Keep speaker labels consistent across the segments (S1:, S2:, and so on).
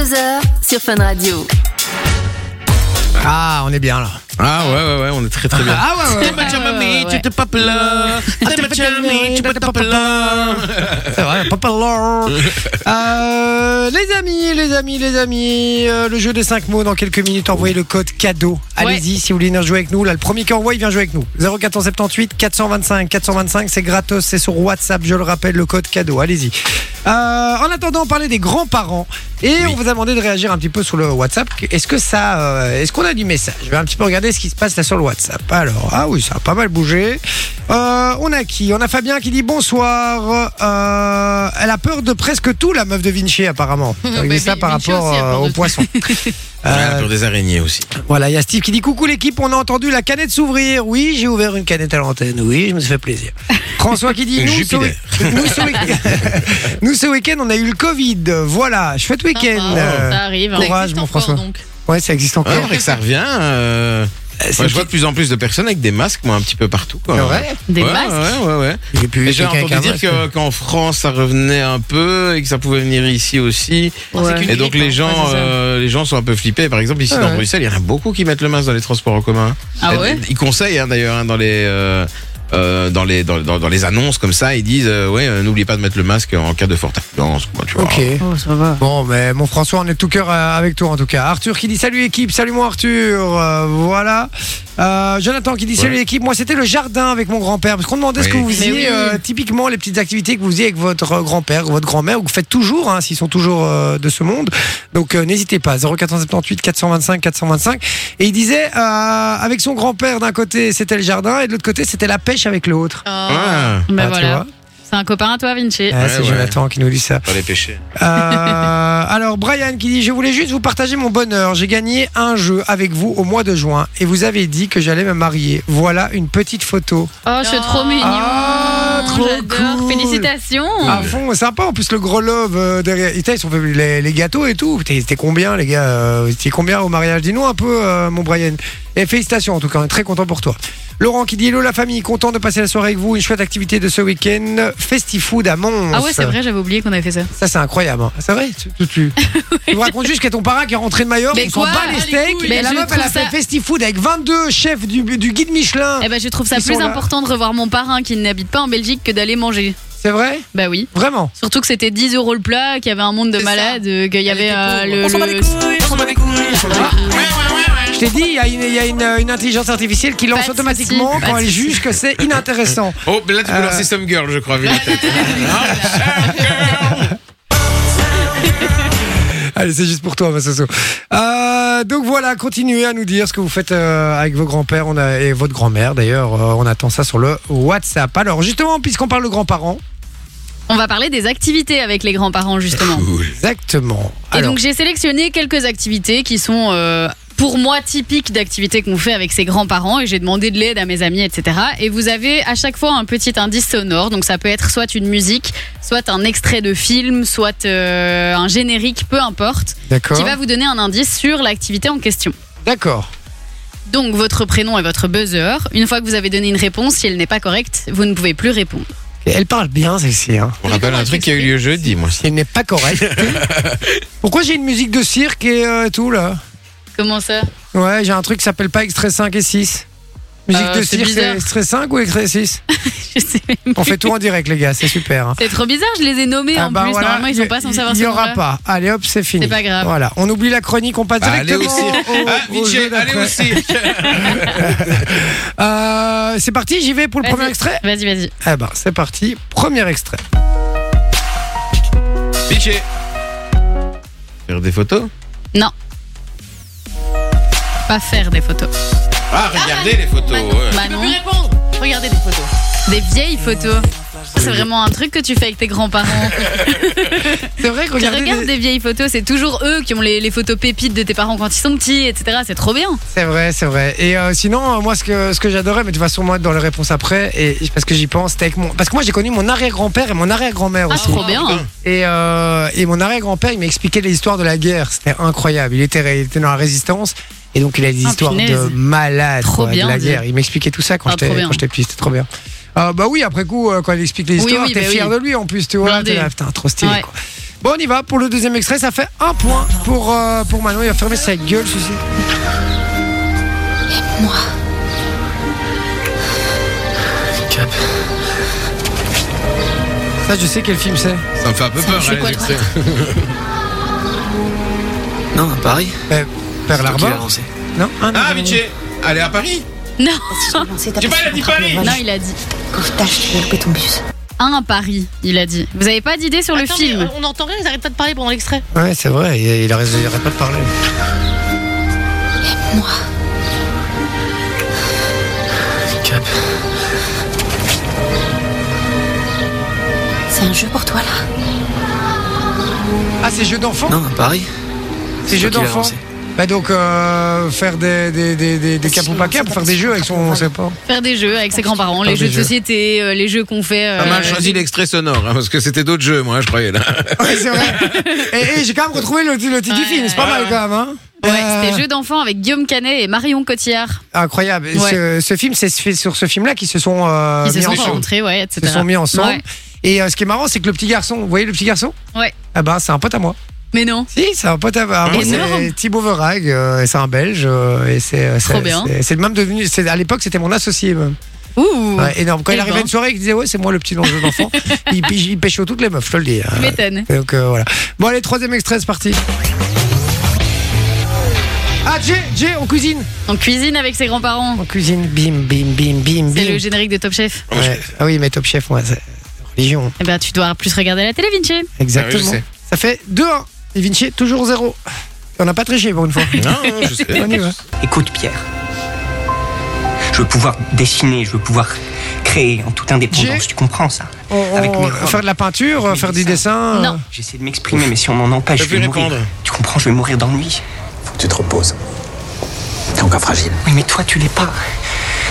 S1: 13h sur Fun Radio.
S2: Ah, on est bien là.
S3: Ah ouais, ouais, ouais, on est très très bien.
S2: Ah ouais, ouais, ouais. Ah,
S3: tu te papes là. tu te papes
S2: c'est vrai, Papa Lord. Euh, les amis, les amis, les amis, euh, le jeu des 5 mots dans quelques minutes, envoyez le code cadeau. Allez-y si vous voulez venir jouer avec nous. Là, le premier qui envoie, il vient jouer avec nous. 0478 425 425, c'est gratos, c'est sur WhatsApp, je le rappelle, le code cadeau. Allez-y. Euh, en attendant, on parlait des grands-parents et on vous a demandé de réagir un petit peu sur le WhatsApp. Est-ce que ça, euh, est-ce qu'on a du message Je vais un petit peu regarder ce qui se passe là sur le WhatsApp. Alors, ah oui, ça a pas mal bougé. Euh, on a qui On a Fabien qui dit bonsoir. Euh, elle a peur de presque tout, la meuf de Vinci apparemment.
S4: Bah,
S2: Mais ça
S4: Vi-
S2: par
S4: Vinci
S2: rapport
S4: aussi a
S2: euh,
S4: peur de
S2: au
S4: tout.
S2: poisson.
S3: Ah, pour des araignées aussi.
S2: Voilà, il y a Steve qui dit coucou l'équipe, on a entendu la canette s'ouvrir. Oui, j'ai ouvert une canette à l'antenne. Oui, je me suis fait plaisir. François qui dit
S3: Une
S2: nous ce,
S3: Jupiter.
S2: week- nous, ce week- nous, ce week-end on a eu le Covid. Voilà, je fête week-end.
S4: Sympa,
S2: Euh,
S4: Oh, Ah, ça arrive. hein.
S2: courage,
S4: Ça existe
S2: mon
S4: encore,
S2: François.
S4: donc.
S2: ouais, ça existe
S3: Ouais,
S2: encore.
S3: c'est vrai que ça revient. euh,
S2: C'est
S3: moi,
S2: une
S3: Ah je vois de plus en plus de personnes avec des masques, moi, un petit peu partout. quoi.
S2: C'est vrai
S4: Des
S3: ouais,
S4: masques
S3: ouais, ouais, ouais.
S2: J'ai pu
S3: Et J'ai entendu dire que- qu'en France, ça revenait un peu et que ça pouvait venir ici aussi.
S4: Ouais.
S3: Et donc les gens,
S4: hein. Ouais, c'est ça.
S3: euh, les gens sont un peu flippés. Par exemple, ici
S2: Ouais,
S3: dans
S2: ouais.
S3: Bruxelles, il y en a beaucoup qui mettent le masque dans les transports en commun.
S4: Ah
S3: Et-
S4: ouais
S3: Ils conseillent hein, d'ailleurs hein, dans les. euh, euh, dans les dans, dans- dans les annonces comme ça ils disent euh, ouais euh, n'oublie pas de mettre le masque en cas de forte affluence quoi, tu vois.
S2: Ok.
S4: Oh, ça va.
S2: Bon, mais mon François, on est de tout cœur euh, avec toi en tout cas. Arthur qui dit salut équipe, salut mon Arthur. Euh, voilà. Euh, Jonathan qui dit salut
S3: Ouais.
S2: équipe. Moi, c'était le jardin avec mon grand-père. Parce qu'on demandait ce
S3: Oui.
S2: que vous
S3: Mais
S2: faisiez,
S4: oui.
S2: euh, typiquement les petites activités que vous faisiez avec votre euh, grand-père, ou votre grand-mère, ou que vous faites toujours, hein, s'ils sont toujours euh, de ce monde. Donc euh, n'hésitez pas, 0478 425 425. Et il disait, euh, avec son grand-père d'un côté, c'était le jardin, et de l'autre côté, c'était la pêche avec l'autre.
S3: Ah,
S4: Ben
S2: Ah, tu vois.
S4: voilà. C'est un copain à toi, Vinci.
S2: Ah,
S3: Ouais,
S2: c'est
S3: ouais.
S2: Jonathan qui nous dit ça.
S3: pas les péchés.
S2: Euh, alors Brian qui dit je voulais juste vous partager mon bonheur. J'ai gagné un jeu avec vous au mois de juin et vous avez dit que j'allais me marier. Voilà une petite photo.
S4: Oh, je suis trop mignon.
S2: Ah, trop cool.
S4: J'adore.
S2: Ah,
S4: Félicitations.
S2: À fond, sympa en plus le gros love euh, derrière. Putain, Ils sont fait les, les gâteaux et tout. Putain, C'était combien les gars Euh, C'était combien au mariage Dis-nous un peu euh, mon Brian. Et félicitations en tout cas, on est très content pour toi. Laurent qui dit hello la famille, content de passer la soirée avec vous. Une chouette activité de ce week-end. Festifood à Mons.
S4: Ah ouais, c'est vrai, j'avais oublié qu'on avait fait ça.
S2: Ça, c'est incroyable. hein. C'est vrai tu, tu, tu- tu me racontes juste qu'il y a ton parrain qui est rentré de Mallorca,
S4: Mais
S2: on s'en
S4: quoi
S2: bat les
S4: Ah, les
S2: steaks.
S4: couilles.
S2: mais
S4: Mais
S2: la
S4: je
S2: meuf, elle a
S4: trouve
S2: fait
S4: ça-
S2: festifood avec 22 chefs du, du guide Michelin.
S4: Eh ben, je trouve ça
S2: Ah. Ils sont
S4: plus
S2: là.
S4: important de revoir mon parrain qui n'habite pas en Belgique que d'aller manger.
S2: C'est vrai
S4: Bah oui.
S2: Vraiment
S4: Surtout que c'était 10 euros le plat, qu'il y avait un monde de
S5: C'est
S4: malades, euh, qu'il y avait
S5: était
S4: euh,
S5: pauvre.
S4: le. le-
S2: Je t'ai dit, il y a, une, il y a une- une intelligence artificielle qui lance
S4: Pas de
S2: automatiquement
S4: souci, pas
S2: quand
S4: de
S2: elle
S4: souci.
S2: juge que c'est inintéressant.
S3: Oh mais là tu peux
S2: Euh.
S3: lancer Some Girl je crois. vu la tête.
S2: Allez, c'est juste pour toi, ma Soso. Euh, donc voilà, continuez à nous dire ce que vous faites euh, avec vos grands-pères on a- et votre grand-mère. D'ailleurs, euh, on attend ça sur le WhatsApp. Alors justement, puisqu'on parle de grands-parents,
S4: On va parler des activités avec les grands-parents, justement.
S3: Cool.
S2: exactement.
S4: Et
S2: Alors,
S4: donc j'ai sélectionné quelques activités qui sont euh, pour moi typiques d'activités qu'on fait avec ses grands-parents et j'ai demandé de l'aide à mes amis, etc. Et vous avez à chaque fois un petit indice sonore, donc ça peut être soit une musique, soit un extrait de film, soit euh, un générique, peu importe,
S2: d'accord.
S4: qui va vous donner un indice sur l'activité en question.
S2: D'accord.
S4: Donc votre prénom et votre buzzer. Une fois que vous avez donné une réponse, si elle n'est pas correcte, vous ne pouvez plus répondre.
S2: Elle parle bien celle-ci. Hein.
S3: Je me rappelle un truc qui a eu lieu jeudi moi.
S2: Elle n'est pas correcte. Pourquoi j'ai une musique de cirque et euh, tout là
S4: Comment ça
S2: Ouais, j'ai un truc qui s'appelle pas extrait 5 et 6. Musique
S4: Euh,
S2: de
S4: c'est
S2: cirque, c'est
S4: bizarre.
S2: extrait 5 ou extrait 6
S4: Je sais même
S2: On
S4: plus.
S2: fait tout en direct les gars, c'est super. hein.
S4: C'est trop bizarre, je les ai nommés
S2: Ah
S4: en
S2: bah
S4: plus.
S2: voilà,
S4: Normalement, ils
S2: y-
S4: sont pas censés savoir
S2: Il
S4: ce
S2: y aura
S4: nom-là.
S2: pas. Allez hop, c'est fini.
S4: C'est pas grave.
S2: Voilà, on oublie la chronique, on passe
S3: Bah, allez
S2: directement
S3: aussi.
S2: au,
S3: Ah
S2: au
S3: Vinci
S2: jeu
S3: allez
S2: d'après.
S3: aussi.
S2: Euh, c'est parti, j'y vais pour le
S4: Vas-y.
S2: premier extrait.
S4: Vas-y, vas-y.
S2: Eh ben, c'est parti. Premier extrait.
S3: Piché. Faire des photos.
S4: Non. Pas faire des photos.
S3: Ah regardez les photos. ouais.
S4: Bah
S5: Je peux
S4: non.
S5: plus répondre. Regardez des photos.
S4: Des vieilles photos. Ça, C'est vraiment un truc que tu fais avec tes grands-parents.
S2: C'est vrai que
S4: tu
S2: regardez,
S4: regardes
S2: les-
S4: des vieilles photos, c'est toujours eux qui ont les, les photos pépites de tes parents quand ils sont petits, etc. C'est trop bien.
S2: C'est vrai, c'est vrai. Et euh, sinon, euh, moi, ce que, ce que j'adorais, mais tu vas sûrement être dans les réponses après, et parce que j'y pense, c'était avec mon. Parce que moi, j'ai connu mon arrière-grand-père et mon arrière-grand-mère
S4: Ah,
S2: aussi.
S4: trop bien.
S2: Et, euh, et mon arrière-grand-père, il m'expliquait les histoires de la guerre. C'était incroyable. Il était, il était dans la résistance, et donc il a des
S4: Ah,
S2: histoires de
S4: punaise.
S2: malade
S4: Trop
S2: de
S4: bien,
S2: la
S4: dis.
S2: guerre. Il m'expliquait tout ça quand
S4: Ah,
S2: j'étais
S4: trop bien.
S2: quand j'étais petit. C'était trop bien. Euh, bah oui, après coup, euh, quand il explique les
S4: Oui,
S2: histoires,
S4: oui,
S2: t'es
S4: bah
S2: fier
S4: oui.
S2: de lui en plus, tu vois.
S4: Blindé.
S2: T'es là, putain, trop stylé,
S4: Ouais.
S2: quoi. Bon, on y va pour le deuxième extrait. Ça fait un point pour, euh, pour Manon. Il va fermer sa gueule, ceci.
S1: Moi,
S5: Cap.
S2: Ça, je sais quel film c'est.
S3: Ça me fait un peu
S1: Ça me
S3: peur,
S1: fait
S3: hein, les
S1: quoi,
S3: extraits.
S5: Non, à Paris.
S2: Euh, Pearl
S5: C'est toi qui l'as
S2: Harbor
S5: lancé.
S2: Non un
S3: Ah,
S2: an.
S3: Vichy Elle est à Paris
S4: Non,
S1: si je me lançais, t'as
S3: J'ai pas,
S1: passé
S3: elle a dit
S1: mon travail,
S3: Paris.
S1: voilà.
S4: non, il a dit.
S1: Quand je tâche, je vais louper ton bus.
S4: Un Paris, il a dit. Vous avez pas d'idée sur le
S6: Attends,
S4: film
S6: mais On n'entend rien, ils arrêtent pas de parler pendant l'extrait.
S2: Ouais, c'est vrai. Il, il arrête, il arrête pas de parler.
S1: Moi,
S5: Cap.
S1: c'est un jeu pour toi là.
S2: Ah, c'est jeu d'enfant
S5: Non, à Paris.
S2: C'est jeu
S5: toi qui l'as
S2: d'enfant
S5: lancé.
S2: Bah donc, euh, faire des, des, des, des, des capes ou pas capes, faire des jeux avec son... On sait pas.
S5: oh.
S4: Faire des jeux avec ses grands-parents, les
S2: Faire
S4: jeux
S2: des
S4: de
S2: jeux.
S4: société, euh, les jeux qu'on fait. euh,
S3: Pas mal choisi l'extrait sonore, hein, parce que c'était d'autres jeux, moi, je croyais. Là.
S2: Ouais, c'est vrai. et et j'ai quand même retrouvé le, le titre du
S4: Ouais,
S2: film. C'est pas mal quand même. Hein
S4: Ouais,
S2: Euh,
S4: c'était jeux d'enfants avec Guillaume Canet et Marion Cotillard
S2: Incroyable. Et
S4: Ouais.
S2: Ce, ce film, c'est fait sur ce film-là qu'ils se sont, euh,
S4: qui se
S2: mis
S4: sont
S2: ensemble.
S4: rencontrés, ouais, etc.
S2: Ils se sont mis ensemble.
S4: Ouais.
S2: Et euh, ce qui est marrant, c'est que le petit garçon, vous voyez le petit garçon
S4: Ouais.
S2: Ah ben, c'est un pote à moi.
S4: Mais non.
S2: Si, c'est un pote à à moi.
S4: Ah, Énorme.
S2: C'est Thibaut Verrag, euh, et c'est un Belge. euh, et c'est, euh, c'est,
S4: Trop bien.
S2: c'est- c'est le même devenu. C'est, à l'époque, c'était mon associé. Même.
S4: Ouh,
S2: Ouais, énorme. Quand
S4: Eh
S2: il arrivait
S4: ben.
S2: à une soirée, il disait Ouais, c'est moi le petit jeu d'enfant. il, pêche- il pêche toutes les meufs, je te le dis.
S4: tu m'étonnes.
S2: Donc euh, voilà. Bon, allez, troisième extrait, c'est parti. Ah, Jay, Jay, on cuisine.
S4: En cuisine avec ses grands-parents.
S2: On cuisine, bim, bim, bim, bim,
S4: C'est
S2: bim.
S4: le générique de Top Chef.
S2: Ouais. Ah oui, mais Top Chef, moi, c'est religion.
S4: Eh ben, tu dois plus regarder la télé, Vinci.
S2: Exactement.
S3: sais.
S2: Ça fait 2-1. Et Vinci, toujours 0. On n'a pas triché pour une fois.
S3: Non, je sais.
S2: On y va.
S7: Écoute Pierre, je veux pouvoir dessiner, je veux pouvoir créer en toute indépendance,
S2: J'ai-
S7: tu comprends ça
S2: On- on-
S7: Avec mes formes.
S2: faire de la peinture,
S7: Avec mes
S2: faire euh, des dessins.
S4: Non.
S7: J'essaie de m'exprimer, mais si on m'en empêche,
S3: Je
S7: je vais
S3: vais
S7: mourir.
S3: répondre.
S7: Tu comprends, je vais mourir d'ennui.
S8: Faut que tu te reposes. T'es encore fragile.
S7: Oui, mais toi, tu l'es pas.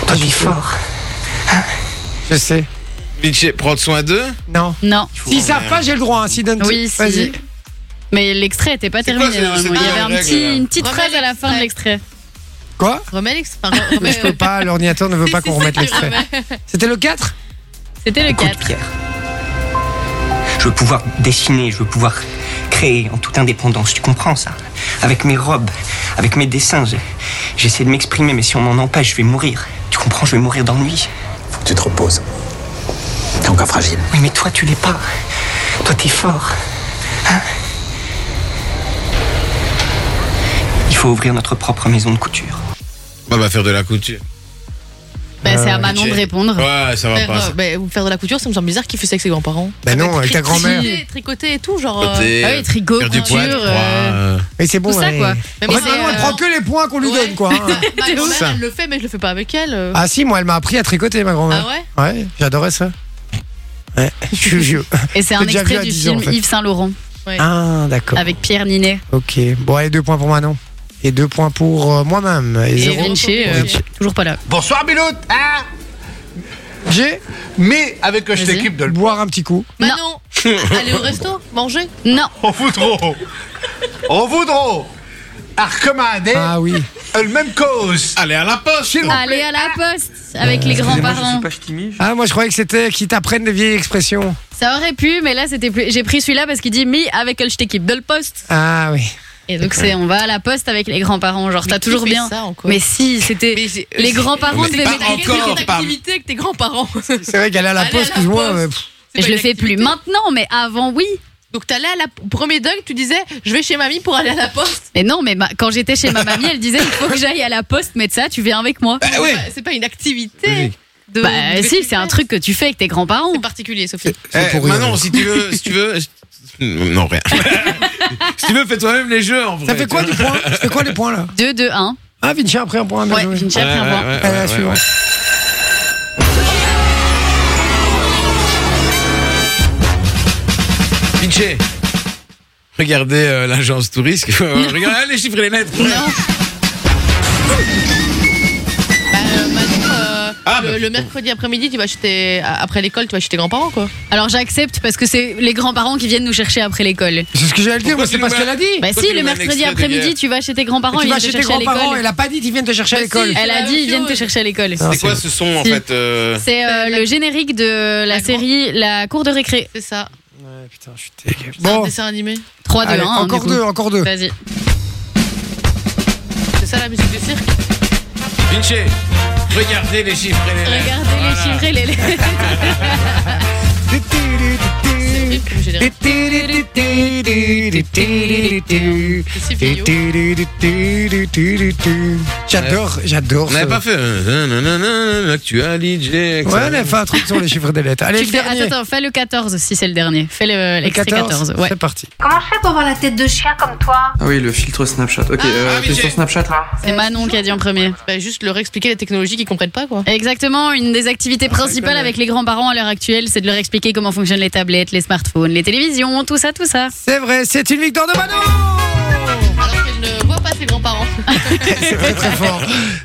S7: Toi, tu es fort.
S2: Je sais.
S3: Vichy, prendre soin d'eux.
S2: Non.
S4: Non.
S2: S'ils savent pas, j'ai le droit. Hein. S'ils donnent
S4: Oui, si.
S2: Vas-y.
S4: Mais l'extrait était pas
S3: C'est
S4: terminé.
S3: quoi, c'est-
S4: normalement.
S3: c'est
S4: Il y
S3: quoi
S4: avait
S3: la
S4: un
S3: règle,
S4: petit-
S3: là
S4: une petite phrase à la fin de l'extrait.
S2: Quoi
S6: Remets l'extrait. Enfin, re- remets-
S2: Je peux pas, l'ordinateur ne veut pas qu'on remette l'extrait. C'était le 4
S4: C'était le
S7: Écoute
S4: 4.
S7: Pierre, je veux pouvoir dessiner, je veux pouvoir créer en toute indépendance, tu comprends ça Avec mes robes, avec mes dessins, je- j'essaie de m'exprimer, mais si on m'en empêche, je vais mourir. Tu comprends, je vais mourir d'ennui.
S8: Faut que tu te reposes. T'es encore fragile.
S7: Oui, mais toi, tu l'es pas. Toi, t'es fort. Hein Il faut ouvrir notre propre maison de couture.
S3: On va faire de la couture.
S4: Bah, c'est à Manon de
S3: Vinci.
S4: répondre.
S3: Ouais, ça va
S6: Faire,
S3: pas.
S6: euh,
S3: ça.
S6: bah, ou faire de la couture, ça me semble bizarre qu'il fait ça avec ses grands-parents.
S2: Bah non,
S6: va être
S2: avec ta
S6: tri- tri-
S2: grand-mère.
S6: tricoter, Tricoter et tout, genre. euh,
S3: Côté,
S4: Ah oui, tricot,
S3: faire du
S4: couture.
S3: poids,
S4: euh,
S2: Mais c'est bon.
S4: Tout ça,
S2: elle-
S4: quoi.
S6: Mais
S2: En
S6: moi,
S2: fait,
S6: c'est,
S2: maintenant, elle
S6: euh,
S2: prend que les points qu'on lui
S6: ouais.
S2: donne, quoi. hein.
S6: Ma grand-mère,
S3: Ça.
S6: elle le fait, mais je le fais pas avec elle. euh.
S2: Ah si, moi, elle m'a appris à tricoter, ma grand-mère.
S6: Ah ouais
S2: Ouais, j'adorais ça. Ouais, je suis vieux.
S4: Et c'est un
S2: déjà vu à
S4: extrait du
S2: 10 ans,
S4: film
S2: en fait.
S4: Yves Saint-Laurent
S2: Ah, d'accord.
S4: avec Pierre Ninet.
S2: Ok. Bon, allez, deux points pour Manon. Et deux points pour euh, moi-même. Et,
S4: Et
S2: zéro.
S4: Vinci, euh,
S2: Vinci.
S4: toujours pas là.
S9: Bonsoir Biloute hein
S2: J'ai
S9: Mais avec que je
S4: Vas-y.
S9: t'équipe de le...
S2: boire un petit coup.
S6: Bah non Aller au resto Manger
S4: Non,
S9: On fout trop On fout trop À recommander
S2: Ah oui.
S9: le même cause
S3: Allez, à la poche
S9: S'il vous plaît.
S4: aller à la poste avec les grands-parents.
S2: Ah, moi, je croyais que c'était qu'ils t'apprennent des vieilles expressions.
S4: Ça aurait pu, mais là c'était plus. J'ai pris celui-là parce qu'il dit mi avec le équipe de le poste.
S2: Ah oui.
S4: Et donc c'est on va à la poste avec les grands-parents. Genre
S6: Mais
S4: t'as
S6: qui
S4: toujours
S6: fait
S4: bien.
S6: ça encore
S4: Mais si, c'était
S6: Mais c'est- euh,
S4: les
S6: c'est-
S4: grands-parents
S3: Mais
S4: devaient
S3: pas
S6: Mais t'as
S4: m'aider.
S6: quelle
S3: encore, pam.
S6: activité avec tes grands-parents
S2: C'est vrai qu'elle est à la
S6: Aller à
S2: pause,
S6: la
S2: excuse-moi.
S6: poste.
S2: mais pff,
S4: Mais je le fais plus maintenant, mais avant oui.
S6: Donc t'allais à la premier dunk, tu disais je vais chez mamie pour aller à la poste.
S4: Mais non, mais ma- quand j'étais chez ma mamie, elle disait il faut que j'aille à la poste, mais de ça tu viens avec moi.
S9: Eh
S3: Ah ouais.
S6: C'est pas une
S3: Eh,
S6: activité. De,
S4: Bah
S6: que
S4: si,
S6: tu
S4: c'est un
S6: fais.
S4: truc que tu fais avec tes grands-parents.
S6: C'est particulier, Sophie.
S2: c'est
S3: Eh,
S2: pour rire.
S3: Manon, si tu veux, si tu veux. Non, rien. si tu veux, fais toi-même les jeux en vrai.
S2: Ça fait quoi du point Ça fait quoi les points là
S4: 2 2 1.
S2: Ah, Vinci a pris un point. bien
S4: Ouais,
S2: joué.
S4: Vinci
S3: Ouais,
S4: a pris un
S3: ouais,
S4: point.
S3: ouais,
S2: Allez,
S3: ouais,
S2: la
S3: ouais,
S2: suivante.
S3: ouais. Vinci, regardez euh, l'agence touriste. Regardez les chiffres et les lettres.
S6: Bah, euh, Manon, euh,
S3: Ah,
S6: le,
S3: bah,
S6: le mercredi après-midi, tu vas chez tes- à- après l'école, tu vas chez tes grands-parents quoi.
S4: Alors j'accepte parce que c'est les grands-parents qui viennent nous chercher après l'école.
S2: C'est ce que j'allais dire,
S3: Pourquoi
S2: mais c'est
S3: tu
S2: pas
S3: nous
S2: ce qu'elle a
S3: mets-
S2: dit.
S4: Bah
S3: Toi,
S4: si,
S3: tu
S4: le
S3: nous mets un
S4: mercredi
S3: extrait de
S4: après-midi,
S3: guerre.
S4: tu vas chez tes grands-parents,
S2: Tu
S4: ils
S2: vas
S4: viennent
S2: chez
S4: te
S2: tes
S4: chercher à
S2: grands-parents,
S4: l'école. Bah,
S2: elle a pas dit qu'ils viennent te chercher à
S6: Mais
S2: l'école. Ah
S6: si,
S4: Elle a
S6: Elle a
S4: dit ils
S6: aussi,
S4: viennent te
S6: ouais.
S4: chercher à l'école.
S2: Non,
S3: C'est quoi ce son en
S4: Si.
S3: fait euh,
S4: C'est euh, le générique de la
S6: La grande-
S4: série La cour de récré.
S6: C'est ça.
S2: Ouais, putain, je suis dégueu.
S6: C'est un
S2: Bon,
S6: dessin animé.
S4: 3, 2,
S2: allez,
S4: 1.
S2: encore deux, hein. encore deux.
S4: hein, Vas-y.
S6: C'est ça la musique de cirque
S3: Vinci, regardez les chiffres et les lettres.
S4: Regardez les chiffres et les lettres.
S6: C'est horrible comme générique. C'est Fillon.
S2: J'adore, j'adore.
S3: On n'avait
S2: ce-
S3: pas fait euh, nanana, l'actualité.
S2: Ouais, on a fait un truc sur les chiffres des lettres. Allez,
S4: Tu
S2: le
S4: fais- Attends,
S2: dernier.
S4: attends, fais le 14 si c'est le dernier. Fais le-
S2: Le
S4: l'extrait 14. Ouais.
S2: c'est parti.
S1: Comment je fais pour voir la tête de chien comme toi
S5: Ah oui, le filtre Snapchat. Ok, euh,
S3: ah,
S5: t'es sur
S3: Michel.
S5: Snapchat là
S4: C'est Manon qui a dit en premier.
S6: Bah, juste leur expliquer les technologies qu'ils comprennent pas, quoi.
S4: Exactement, une des activités
S2: Ah,
S4: principales avec les grands-parents à l'heure actuelle, c'est de leur expliquer comment fonctionnent les tablettes, les smartphones, les télévisions, tout ça, tout ça.
S2: C'est vrai, c'est une victoire de Manon
S6: Alors qu'elle ne voit pas ses grands-parents.
S2: C'est très très fort.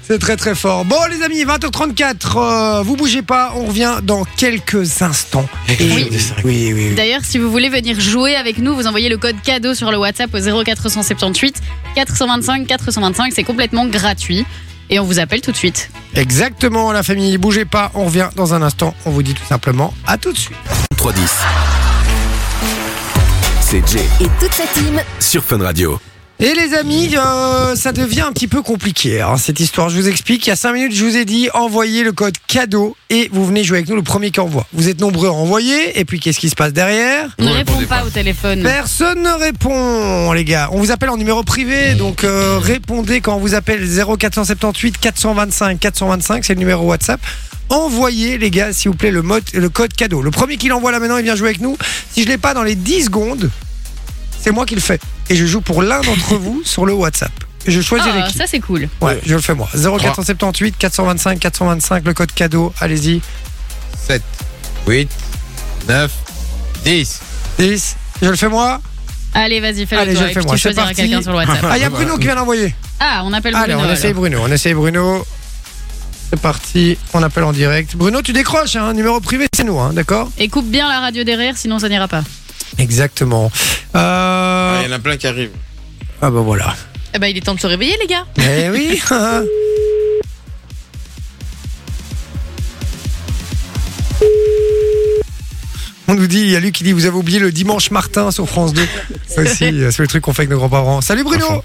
S2: C'est très très fort. Bon les amis, 20h34, euh, vous bougez pas, on revient dans quelques instants.
S3: Oui.
S2: oui, oui.
S4: D'ailleurs, si vous voulez venir jouer avec nous, vous envoyez le code cadeau sur le WhatsApp au 0478 425 425, c'est complètement gratuit. Et on vous appelle tout de suite.
S2: Exactement la famille, bougez pas, on revient dans un instant, on vous dit tout simplement à tout de suite.
S10: 310. C'est Jay
S1: Et toute sa team
S10: sur Fun Radio.
S2: Et les amis, euh, ça devient un petit peu compliqué hein, cette histoire. Je vous explique. Il y a 5 minutes, je vous ai dit envoyez le code cadeau et vous venez jouer avec nous le premier qui envoie. Vous êtes nombreux à envoyer et puis qu'est-ce qui se passe derrière
S4: Ne
S3: répondez
S4: réponds pas au téléphone.
S2: Personne ne répond, les gars. On vous appelle en numéro privé, donc euh, répondez quand on vous appelle 0478 425 425, c'est le numéro WhatsApp. Envoyez, les gars, s'il vous plaît, le, mode, le code cadeau. Le premier qui l'envoie là maintenant, il vient jouer avec nous. Si je l'ai pas dans les 10 secondes, c'est moi qui le fais. Et je joue pour l'un d'entre vous sur le WhatsApp. Je choisis
S4: Ah,
S2: l'équipe.
S4: ça c'est cool.
S2: Ouais, je le fais moi. 0478 425 425, le code cadeau, allez-y.
S3: 7, 8, 9, 10.
S2: Oh. 10, je le fais moi.
S4: Allez, vas-y, fais-le
S2: Allez,
S4: toi.
S2: je le
S4: et
S2: fais
S4: puis
S2: moi, c'est
S4: tu choisiras
S2: parti.
S4: quelqu'un sur le WhatsApp.
S2: Ah, il y a Bruno qui vient d'envoyer.
S4: Ah, on appelle
S2: Allez,
S4: Bruno.
S2: on
S4: alors.
S2: essaye Bruno, on essaye Bruno. C'est parti, on appelle en direct. Bruno, tu décroches, hein, numéro privé, c'est nous, hein, d'accord
S4: Et coupe bien la radio derrière, sinon ça n'ira pas.
S2: Exactement.
S3: Ah,
S2: Euh...
S3: Il y en a plein qui arrivent.
S2: Ah bah voilà.
S6: Eh ben, il est temps de se réveiller, les gars.
S2: Eh oui hein. On nous dit, il y a lui qui dit, vous avez oublié le dimanche Martin sur France 2. Ça aussi, euh, c'est le truc qu'on fait avec nos grands-parents. Salut Bruno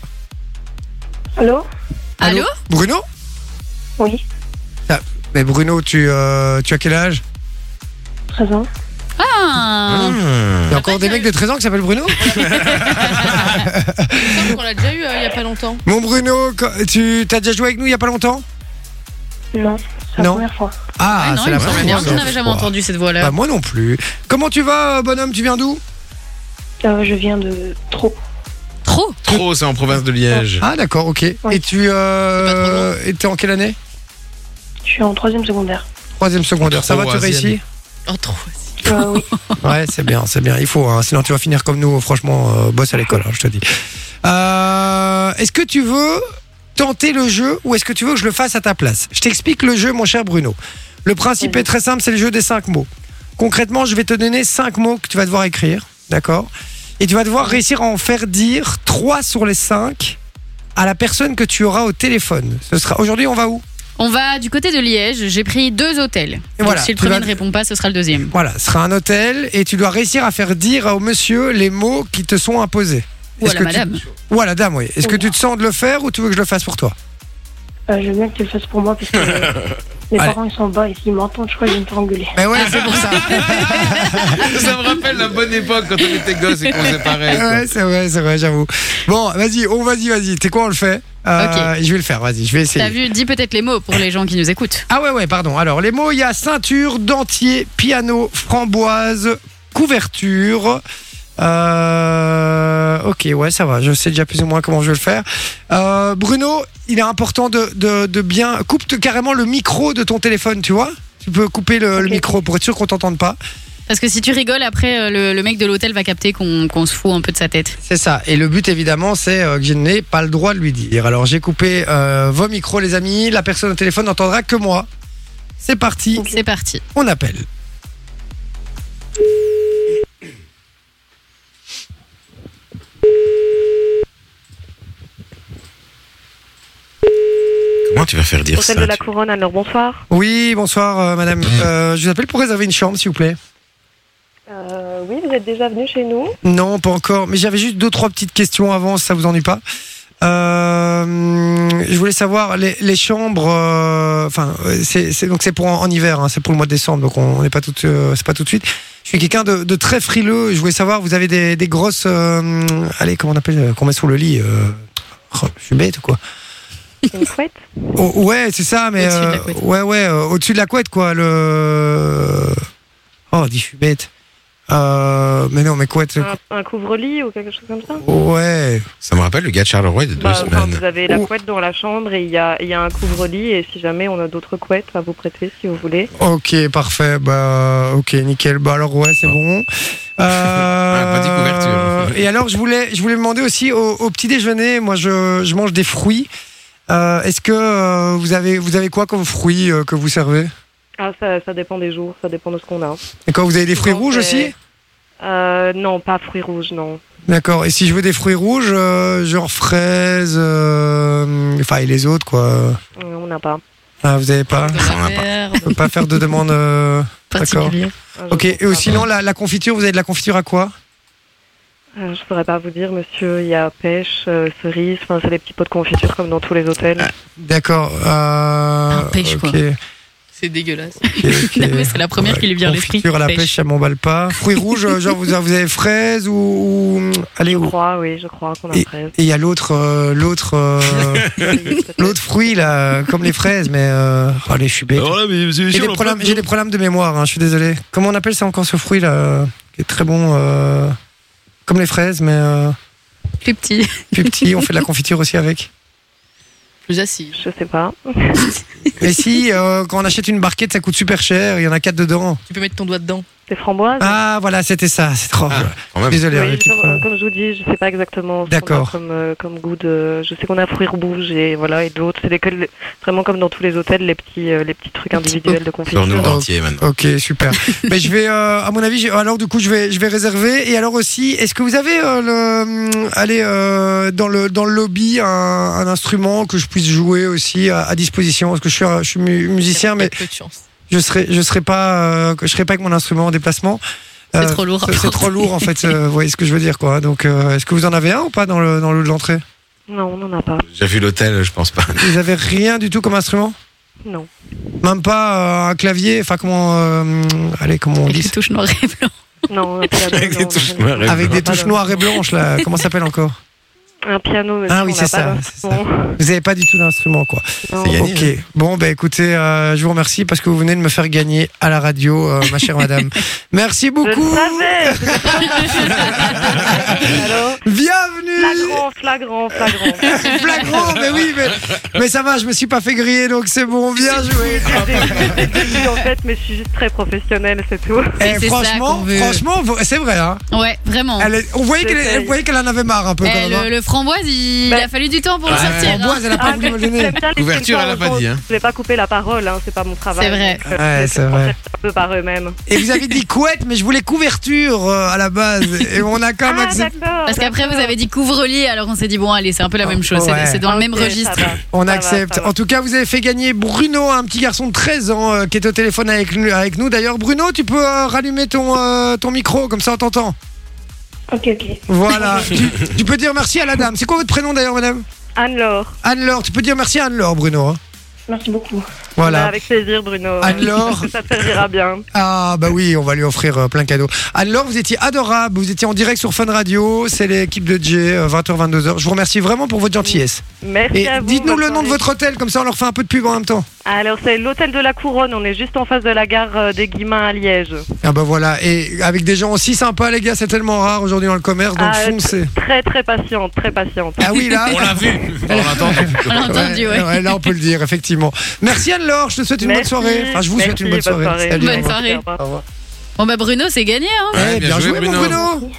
S11: Allô
S4: Allô
S2: Bruno Ah,
S11: Oui,
S2: Mais Bruno, tu, euh, tu as quel âge
S11: présent.
S4: Ah
S2: Mmh. Il y a encore des mecs de 13 ans qui s'appellent Bruno
S6: Il me semble qu'on l'a déjà eu euh, il y a pas longtemps.
S2: Mon Bruno, quand- tu as déjà joué avec nous il n'y a pas longtemps
S11: Non, c'est la
S2: Non.
S11: première fois.
S2: Ah,
S4: Ah non,
S2: c'est
S4: il
S2: la
S4: me semble bien.
S2: première
S4: Je
S2: fois.
S4: n'avais jamais entendu cette voix-là.
S2: Bah, moi non plus. Comment tu vas, euh, bonhomme Tu viens d'où
S11: Euh, je viens de trop.
S4: Trop
S3: Trop, c'est en province de Liège.
S2: Ah, d'accord, ok.
S11: Oui.
S2: Et tu euh, et t'es en quelle année
S11: Je suis en troisième secondaire.
S2: Troisième secondaire. Ça va, tu
S3: Troisième.
S2: réussis
S6: Oh, trop.
S11: Euh, oui,
S2: Ouais, c'est bien, c'est bien. Il faut, hein. sinon tu vas finir comme nous. Franchement, euh, bosse à l'école, hein, je te dis. Euh, est-ce que tu veux tenter le jeu ou est-ce que tu veux que je le fasse à ta place Je t'explique le jeu, mon cher Bruno. Le principe est très simple, c'est le jeu des cinq mots. Concrètement, je vais te donner cinq mots que tu vas devoir écrire, d'accord Et tu vas devoir réussir à en faire dire trois sur les cinq à la personne que tu auras au téléphone. Ce sera aujourd'hui, on va où
S4: On va du côté de Liège, j'ai pris deux hôtels. Donc,
S2: voilà,
S4: si le
S2: tu
S4: premier
S2: vas-
S4: ne répond pas, ce sera le deuxième.
S2: Voilà, ce sera un hôtel et tu dois réussir à faire dire au monsieur les mots qui te sont imposés.
S4: Ou
S2: Est-ce
S4: à la
S2: que tu-
S4: madame.
S2: Ou à la dame, oui. Est-ce que tu te sens de le faire ou tu veux que je le fasse pour toi
S11: euh, je veux bien que tu le fasses pour moi parce que euh, mes
S2: Allez.
S11: parents ils sont en bas et s'ils m'entendent, je crois que je vais me faire engueuler.
S2: Mais Ben ouais, c'est pour ça.
S3: Ça me rappelle la bonne époque quand on était gosse et qu'on se séparait. quoi.
S2: ouais, c'est vrai, c'est vrai, j'avoue. Bon, vas-y, on vas-y, vas-y. T'es quoi, on le fait Euh, Je vais le faire, vas-y, je vais
S4: T'as
S2: essayer.
S4: vu, dis peut-être les mots pour les gens qui nous écoutent.
S2: Ah ouais, ouais, pardon. Alors, les mots, il y a ceinture, dentier, piano, framboise, couverture. Euh, ok, ouais, ça va. Je sais déjà plus ou moins comment je vais le faire. Euh, Bruno, il est important de, de, de bien. Coupe te- carrément le micro de ton téléphone, tu vois Tu peux couper le, le
S11: Ok.
S2: micro pour être sûr qu'on t'entende pas.
S4: Parce que si tu rigoles, après, euh, le, le mec de l'hôtel va capter qu'on qu'on se fout un peu de sa tête.
S2: C'est ça. Et le but, évidemment, c'est euh, que je n'ai pas le droit de lui dire. Alors, j'ai coupé euh, vos micros, les amis. La personne au téléphone n'entendra que moi. C'est parti.
S4: C'est parti.
S2: On appelle.
S3: Comment tu vas faire dire ça
S11: Hôtel de la
S3: tu-
S11: Couronne, alors bonsoir.
S2: Oui, bonsoir, euh, madame. Euh, je vous appelle pour réserver une chambre, s'il vous plaît.
S11: Euh, oui, vous êtes déjà venu chez nous
S2: Non, pas encore. Mais j'avais juste deux, trois petites questions avant, si ça vous ennuie pas. Euh, je voulais savoir les, les chambres. euh, Enfin, c'est c'est- donc c'est pour en, en hiver, hein, c'est pour le mois de décembre, donc on on n'est pas tout, euh, c'est pas tout de suite. Je suis quelqu'un de, de très frileux. Je voulais savoir, vous avez des, des grosses, euh, allez, comment on appelle, euh, qu'on met sur le lit. euh, oh, je suis bête ou quoi
S11: Une couette
S2: Oh, Ouais, c'est ça, mais
S11: Au-dessus de la
S2: euh,
S11: couette.
S2: ouais, ouais, euh, au-dessus de la couette, quoi. Le oh, dis, je suis bête. Euh, mais non, mais couette.
S11: un, un couvre-lit ou quelque chose comme ça
S2: Ouais.
S3: Ça me rappelle le gars de Charleroi de deux
S11: Bah, enfin,
S3: semaines.
S11: vous avez la couette dans la chambre et il y a, il y a un couvre-lit et si jamais on a d'autres couettes à vous prêter si vous voulez.
S2: Ok, parfait. Bah, ok, nickel. Bah alors ouais, c'est bon. Euh,
S3: Ouais, Ah. pas dit couverture.
S2: Et alors, je voulais, je voulais demander aussi au, au petit déjeuner. Moi, je, je mange des fruits. Euh, Est-ce que euh, vous avez, vous avez quoi comme fruits euh, que vous servez
S11: Ah, ça, ça dépend des jours, ça dépend de ce qu'on a.
S2: Et quand vous avez des fruits rouges
S11: c'est-
S2: aussi
S11: Euh, Non, pas fruits rouges, non.
S2: D'accord. Et si je veux des fruits rouges, euh, genre fraises, euh, enfin et les autres quoi.
S11: Euh, On n'a pas.
S2: Ah, vous avez pas On peut pas faire de demande. euh, D'accord.
S11: Particulière.
S2: Ok. Et euh, sinon, la, la confiture, vous avez de la confiture à quoi
S11: Euh, je pourrais pas vous dire, monsieur, il y a pêche, euh, cerise, enfin, c'est des petits pots de confiture comme dans tous les hôtels.
S2: Ah, D'accord. Euh,
S4: pêche,
S2: ok.
S4: quoi. C'est dégueulasse. Non, mais c'est la première qui lui vient à l'esprit.
S2: Confiture à la pêche, ça m'emballe pas. Fruits rouges, euh, genre vous, vous avez fraises ou, ou- allez
S11: Je
S2: ou-
S11: crois, oui, je crois qu'on a
S2: Et
S11: fraises.
S2: et il y a l'autre, euh, l'autre, euh, l'autre fruit là, comme les fraises, mais euh, allez, je suis bête. J'ai des problèmes, j'ai des problèmes de mémoire, hein, je suis désolé. Comment on appelle ça encore ce fruit là, euh, qui est très bon, euh, comme les fraises, mais euh,
S4: Plus petit.
S2: plus petit. On fait de la confiture aussi avec.
S4: Plus assis.
S11: Je sais pas.
S2: Mais si, euh, quand on achète une barquette, ça coûte super cher. Il y en a quatre dedans.
S6: Tu peux mettre ton doigt dedans.
S11: Des framboises
S2: Ah voilà, c'était ça. C'est trop.
S3: quand même.
S2: Désolé.
S11: Oui,
S2: hein,
S11: je- euh, comme je vous dis, je sais pas exactement ce qu'on a
S2: D'accord.
S11: comme, euh, comme goût de. Je sais qu'on a fruits rouges et voilà, et d'autres. C'est des que- vraiment comme dans tous les hôtels, les petits, euh, les petits trucs individuels de confiture.
S3: Sur-nous le
S2: Oh.
S3: dentier maintenant.
S2: Ok, super. Mais je vais, euh, à mon avis, j'ai- alors du coup, je vais, je vais réserver. Et alors aussi, est-ce que vous avez, euh, le, hum, allez, euh, dans le dans le lobby, un, un instrument que je puisse jouer aussi à, à disposition Parce que je suis, un- je suis mu- musicien, mais
S6: Peu de chance.
S2: je serai, je serai pas, euh, je serai pas avec mon instrument en déplacement. Euh,
S4: C'est trop lourd à
S2: c'est- C'est
S4: porter.
S2: trop lourd, en fait. euh, vous voyez ce que je veux dire, quoi. Donc, euh, est-ce que vous en avez un ou pas dans le dans le lot de l'entrée
S11: Non, on n'en a pas.
S3: J'ai vu l'hôtel, je pense pas.
S2: Vous avez rien du tout comme instrument
S11: Non.
S2: Même pas euh, un clavier. Enfin, comment, euh, hum, allez, comment on
S4: Avec
S2: dit
S4: les touches noires et blancs.
S11: Non, un piano.
S3: Avec des
S11: non, on a
S3: touches
S11: rien.
S3: noires et
S2: Avec
S3: blanches.
S2: des touches noires et blanches, là. Comment ça s'appelle encore
S11: Un piano, monsieur,
S2: Ah oui,
S11: on
S2: c'est
S11: n'a
S2: ça,
S11: pas
S2: c'est
S11: d'instrument.
S2: Vous n'avez pas du tout d'instrument, quoi.
S11: Non.
S3: C'est gagné.
S2: Ok. Bon, bah écoutez, euh, je vous remercie parce que vous venez de me faire gagner à la radio, euh, ma chère madame. Merci
S11: Je
S2: beaucoup.
S11: savais je savais. Alors,
S2: Bienvenue.
S11: Flagrant, flagrant, flagrant.
S2: Flagrant, mais oui, mais, mais ça va, je me suis pas fait griller, donc c'est bon, bien joué.
S11: J'ai début en fait, mais je suis juste très professionnelle, c'est tout.
S2: Eh,
S4: c'est ça
S2: franchement,
S4: qu'on veut.
S2: franchement, vous- c'est vrai. Hein.
S4: Ouais, vraiment.
S2: Elle est- on voyait qu'elle
S11: J'essaye.
S2: on voyait qu'elle en avait marre un peu
S4: Eh,
S2: quand même.
S4: le,
S2: hein.
S4: le framboise, il,
S11: Bah,
S4: a fallu du temps pour le
S3: ouais.
S4: sortir. hein.
S2: Framboise, elle a pas voulu me le donner.
S3: Ouverture, elle a pas dit, hein.
S11: Je vais pas couper la parole, hein, c'est pas mon travail.
S4: C'est vrai.
S11: Donc, euh,
S2: Ouais, c'est
S11: les
S2: vrai.
S11: Français, c'est Un peu par eux-mêmes.
S2: Et vous avez dit couette, mais je voulais couverture euh, à la base. Et on a quand même
S11: Ah,
S2: accepté.
S11: d'accord.
S4: Parce qu'après, vous avez dit couvre-lit, alors on s'est dit, bon, allez, c'est un peu la même chose. c'est-
S2: Ouais.
S4: C'est dans le même
S11: Ok, ça
S4: registre.
S11: va,
S2: On
S11: ça va,
S2: accepte.
S11: ça va.
S2: En tout cas, vous avez fait gagner Bruno, un petit garçon de 13 ans euh, qui est au téléphone avec, nous- avec nous. D'ailleurs, Bruno, tu peux euh, rallumer ton, euh, ton micro, comme ça on t'entend.
S11: Ok, ok.
S2: Voilà. tu, tu peux dire merci à la dame. C'est quoi votre prénom d'ailleurs, madame
S11: Anne-Laure.
S2: Anne-Laure. Tu peux dire merci à Anne-Laure, Bruno. hein.
S11: Merci beaucoup.
S2: Voilà.
S11: Bah, Avec plaisir, Bruno.
S2: Anne-Laure.
S11: Ça te servira bien.
S2: Ah, bah oui, on va lui offrir euh, plein de cadeaux. Anne-Laure, vous étiez adorable. Vous étiez en direct sur Fun Radio. C'est l'équipe de Jay, euh, 20h, 22h. Je vous remercie vraiment pour votre gentillesse.
S11: Merci
S2: Et
S11: à vous.
S2: dites-nous
S11: bonne
S2: le nom de
S11: journée.
S2: votre hôtel, comme ça on leur fait un peu de pub en même temps.
S11: Alors, c'est l'hôtel de la Couronne. On est juste en face de la gare euh, des Guillemins à Liège.
S2: Ah bah voilà, et avec des gens aussi sympas les gars, c'est tellement rare aujourd'hui dans le commerce, donc
S11: Ah,
S2: foncez.
S11: Très, très patiente, très patiente.
S2: Ah oui là
S3: On l'a vu. On l'a entendu.
S4: On l'a entendu, ouais.
S2: Là on peut le dire, effectivement. Merci Anne-Laure, je te souhaite une
S11: Merci.
S2: bonne soirée. Enfin je vous souhaite
S11: Merci,
S2: une bonne soirée. Salut, au
S4: Bonne
S2: revoir.
S4: soirée.
S11: Au revoir.
S2: Au revoir.
S4: Bon, bah, Bruno, c'est gagné, hein.
S3: Ouais,
S2: Eh, bien, joué, mon Bruno